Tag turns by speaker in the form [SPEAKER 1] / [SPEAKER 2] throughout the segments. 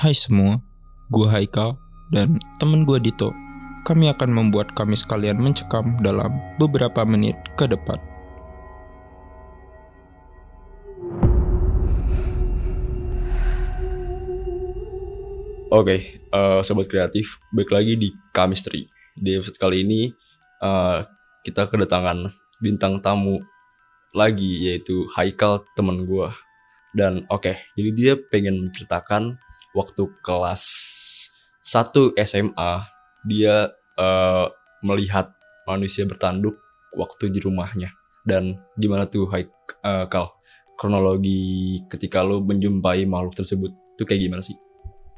[SPEAKER 1] Hai semua, gua Haikal dan temen gua Dito. Kami akan membuat kami sekalian mencekam dalam beberapa menit ke depan.
[SPEAKER 2] Oke, eh, sobat kreatif, balik lagi di Chemistry. Di episode kali ini eh, kita kedatangan bintang tamu lagi yaitu Haikal teman gua. Dan oke, jadi dia pengen menceritakan waktu kelas 1 SMA dia eh, melihat manusia bertanduk waktu di rumahnya. Dan gimana tuh Haikal kronologi ketika lo menjumpai makhluk tersebut tuh kayak gimana sih?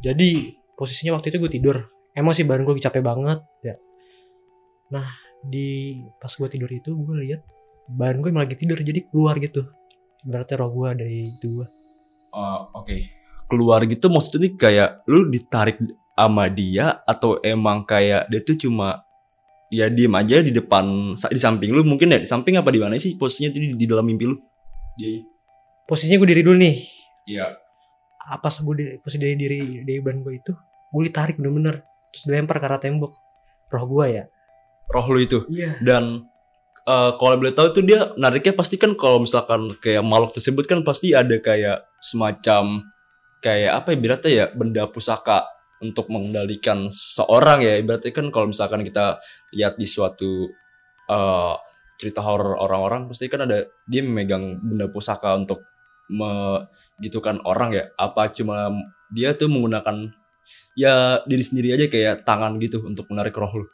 [SPEAKER 3] Jadi posisinya waktu itu gue tidur. Emang sih badan gue capek banget ya. Nah di pas gue tidur itu gue lihat badan gue emang lagi tidur jadi keluar gitu. Ibaratnya roh gue dari itu gue.
[SPEAKER 2] Oh, oke. Keluar gitu maksudnya nih kayak lu ditarik sama dia atau emang kayak dia tuh cuma ya diem aja di depan sa- di samping lu mungkin ya di samping apa di mana sih posisinya tuh di, di dalam mimpi lu? Dia
[SPEAKER 3] Posisinya gue diri dulu nih.
[SPEAKER 2] iya.
[SPEAKER 3] Apa gue di, posisi dari diri dari badan gue itu gue ditarik bener-bener terus dilempar ke arah tembok. Roh gue ya.
[SPEAKER 2] Roh lu itu
[SPEAKER 3] Iya.
[SPEAKER 2] dan eh, kalau boleh tahu tuh dia nariknya pasti kan kalau misalkan kayak makhluk tersebut kan pasti ada kayak semacam kayak apa ya ibaratnya ya benda pusaka untuk mengendalikan seorang ya ibaratnya kan kalau misalkan kita lihat di suatu eh, cerita horor orang-orang pasti kan ada dia memegang benda pusaka untuk megitukan orang ya apa cuma dia tuh menggunakan ya diri sendiri aja kayak tangan gitu untuk menarik roh lu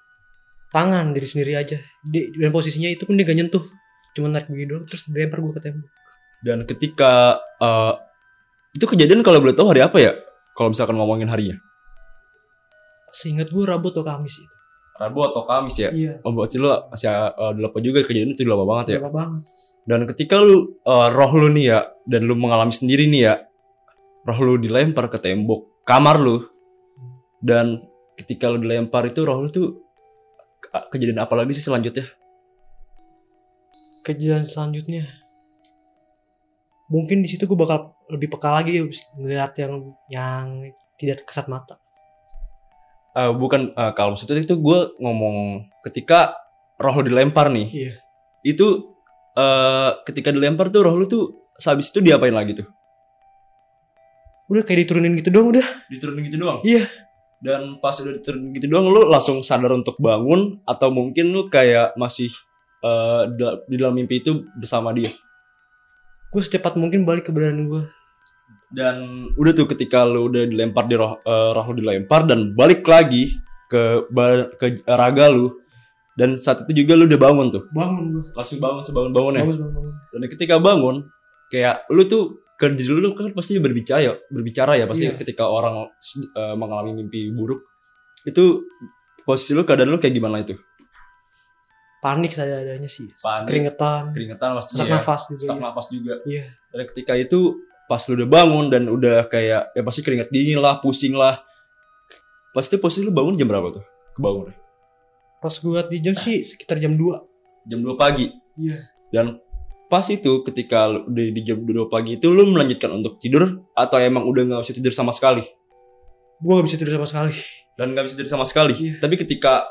[SPEAKER 3] Tangan diri sendiri aja. Di, dan posisinya itu pun dia gak nyentuh. Cuma narik begini doang terus dilempar gue ke tembok.
[SPEAKER 2] Dan ketika eh, itu kejadian kalau boleh tahu hari apa ya? Kalau misalkan ngomongin harinya.
[SPEAKER 3] Seingat gue Rabu atau Kamis itu.
[SPEAKER 2] Rabu atau Kamis ya?
[SPEAKER 3] Iya.
[SPEAKER 2] Oh, berarti lu masih eh, udah lupa juga kejadian itu udah lama banget ya.
[SPEAKER 3] Lama banget.
[SPEAKER 2] Dan ketika lu eh, roh lu nih ya dan lu mengalami sendiri nih ya, roh lu dilempar ke tembok kamar lu. Dan ketika lu dilempar itu roh lu tuh ke- kejadian apa lagi sih selanjutnya?
[SPEAKER 3] kejadian selanjutnya mungkin di situ gue bakal lebih peka lagi ngeliat yang yang tidak kesat mata
[SPEAKER 2] Eh, bukan eh, kalau maksudnya itu gue ngomong ketika roh lu dilempar nih.
[SPEAKER 3] iya
[SPEAKER 2] itu eh ketika dilempar tuh roh lu tuh sehabis itu diapain lagi tuh?
[SPEAKER 3] udah kayak diturunin gitu doang udah
[SPEAKER 2] Diturunin gitu doang.
[SPEAKER 3] Iya.
[SPEAKER 2] Dan pas udah diturunin gitu doang lu langsung sadar untuk bangun atau mungkin lu kayak masih eh, da- di dalam mimpi itu bersama dia.
[SPEAKER 3] gue secepat mungkin balik ke badan gue
[SPEAKER 2] Dan udah tuh ketika lu udah dilempar di roh eh, roh lu dilempar dan balik lagi ke ba- ke raga lu dan saat itu juga lu udah bangun tuh.
[SPEAKER 3] bangun gue
[SPEAKER 2] Langsung bangun ya? sebangun-bangunnya.
[SPEAKER 3] bangun bangun bangun
[SPEAKER 2] dan ketika bangun kayak lu tuh ke diri lu kan pasti berbicara berbicara ya pasti
[SPEAKER 3] Iya.
[SPEAKER 2] ketika orang eh, mengalami mimpi buruk itu posisi lu keadaan lu kayak gimana itu
[SPEAKER 3] panik saya adanya sih
[SPEAKER 2] Panik.
[SPEAKER 3] keringetan
[SPEAKER 2] keringetan pasti
[SPEAKER 3] sesak
[SPEAKER 2] ya
[SPEAKER 3] nafas juga
[SPEAKER 2] sesak
[SPEAKER 3] iya.
[SPEAKER 2] nafas juga
[SPEAKER 3] Iya.
[SPEAKER 2] dan ketika itu pas lu udah bangun dan udah kayak ya pasti keringat dingin lah pusing lah pasti posisi lu bangun jam berapa tuh kebangun ya?
[SPEAKER 3] pas gue liat di jam sih sekitar jam 2
[SPEAKER 2] jam 2 pagi
[SPEAKER 3] Iya.
[SPEAKER 2] dan pas itu ketika lu udah di jam 2 pagi itu lu melanjutkan untuk tidur atau emang udah nggak bisa tidur sama sekali
[SPEAKER 3] gue gak bisa tidur sama sekali
[SPEAKER 2] dan nggak bisa tidur sama sekali.
[SPEAKER 3] Iya.
[SPEAKER 2] Tapi ketika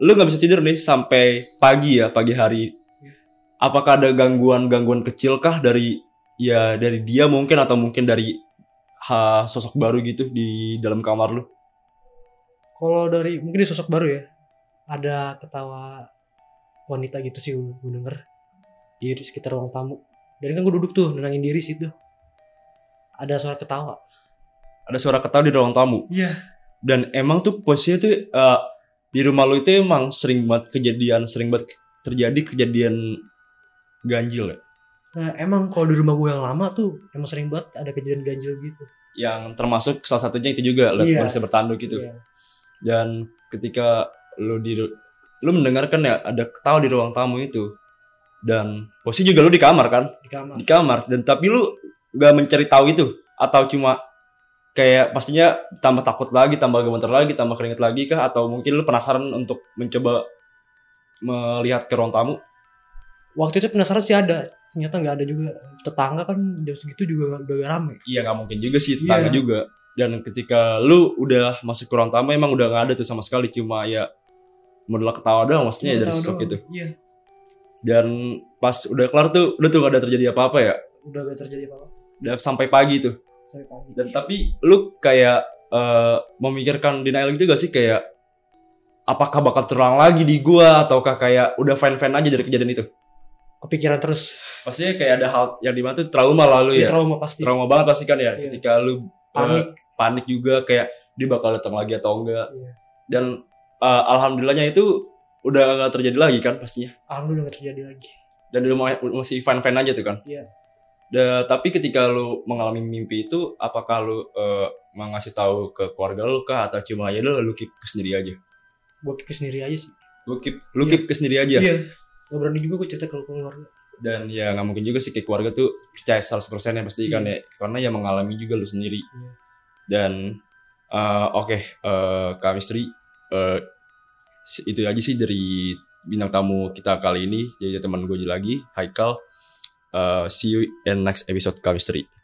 [SPEAKER 2] lu nggak bisa tidur nih sampai pagi ya pagi hari,
[SPEAKER 3] Iya.
[SPEAKER 2] apakah ada gangguan-gangguan kecil kah dari ya dari dia mungkin atau mungkin dari ha, sosok baru gitu di dalam kamar lu?
[SPEAKER 3] kalau dari mungkin di sosok baru ya ada ketawa wanita gitu sih gue denger di sekitar ruang tamu dan kan gue duduk tuh nenangin diri situ ada suara ketawa
[SPEAKER 2] Ada suara ketawa di ruang tamu.
[SPEAKER 3] Iya.
[SPEAKER 2] Dan emang tuh posisinya tuh eh, di rumah lu itu emang sering banget kejadian, sering banget terjadi kejadian ganjil ya.
[SPEAKER 3] nah emang kalau di rumah gue yang lama tuh emang sering banget ada kejadian ganjil gitu
[SPEAKER 2] Yang termasuk salah satunya itu juga lah,
[SPEAKER 3] Iya.
[SPEAKER 2] manusia bertanduk gitu.
[SPEAKER 3] Iya.
[SPEAKER 2] dan ketika lu di lu mendengarkan ya ada ketawa di ruang tamu itu dan posisi juga lu di kamar kan
[SPEAKER 3] di kamar
[SPEAKER 2] di kamar dan tapi lu gak mencari tahu itu atau cuma kayak pastinya tambah takut lagi tambah gemeter lagi tambah keringet lagi kah atau mungkin lu penasaran untuk mencoba melihat ke ruang tamu
[SPEAKER 3] waktu itu penasaran sih ada ternyata nggak ada juga tetangga kan jam segitu juga udah gak rame
[SPEAKER 2] iya nggak Ya mungkin juga sih tetangga
[SPEAKER 3] Iya.
[SPEAKER 2] juga dan ketika lu udah masuk ke ruang tamu emang udah nggak ada tuh sama sekali cuma ya modal ketawa doang maksudnya ya dari
[SPEAKER 3] Ketawa
[SPEAKER 2] sosok
[SPEAKER 3] doang.
[SPEAKER 2] itu
[SPEAKER 3] Iya,
[SPEAKER 2] dan pas udah kelar tuh udah tuh gak ada terjadi apa-apa ya
[SPEAKER 3] udah gak terjadi apa-apa
[SPEAKER 2] udah sampai pagi tuh
[SPEAKER 3] sampai pagi.
[SPEAKER 2] dan tapi lu kayak eh, memikirkan denial gitu gak sih kayak apakah bakal terulang lagi di gua ataukah kayak udah fan fan aja dari kejadian itu
[SPEAKER 3] Kepikiran terus.
[SPEAKER 2] pastinya kayak ada hal yang dimana tuh trauma lalu
[SPEAKER 3] Ini
[SPEAKER 2] ya
[SPEAKER 3] trauma Iya, pasti.
[SPEAKER 2] trauma banget pasti kan ya
[SPEAKER 3] Iya.
[SPEAKER 2] ketika lu eh,
[SPEAKER 3] Panik.
[SPEAKER 2] panik juga kayak dia bakal datang lagi atau enggak
[SPEAKER 3] Iya.
[SPEAKER 2] dan eh, alhamdulillahnya itu udah nggak terjadi lagi kan pastinya
[SPEAKER 3] Alhamdulillah gak terjadi lagi.
[SPEAKER 2] dan lu ma- masih fan-fan aja tuh kan.
[SPEAKER 3] Iya.
[SPEAKER 2] Da- tapi ketika lu mengalami mimpi itu, apakah lu eh, mau ngasih tahu ke keluarga lu kah atau cuma ya lu, lu keep ke sendiri aja?
[SPEAKER 3] Gue keep sendiri aja sih.
[SPEAKER 2] Lu keep lu
[SPEAKER 3] Iya.
[SPEAKER 2] keep ke sendiri aja.
[SPEAKER 3] Iya. Gak berani juga gue cerita ke keluarga.
[SPEAKER 2] Dan ya nggak mungkin juga sih ke keluarga tuh percaya 100% ya pasti kan ya karena ya mengalami juga lu sendiri.
[SPEAKER 3] Iya.
[SPEAKER 2] Dan eh, oke eh, Kak Mistri eh, itu aja sih dari bintang tamu kita kali ini. Jadi teman gue lagi Haikal. Eh, see you in next episode Kak Mistri.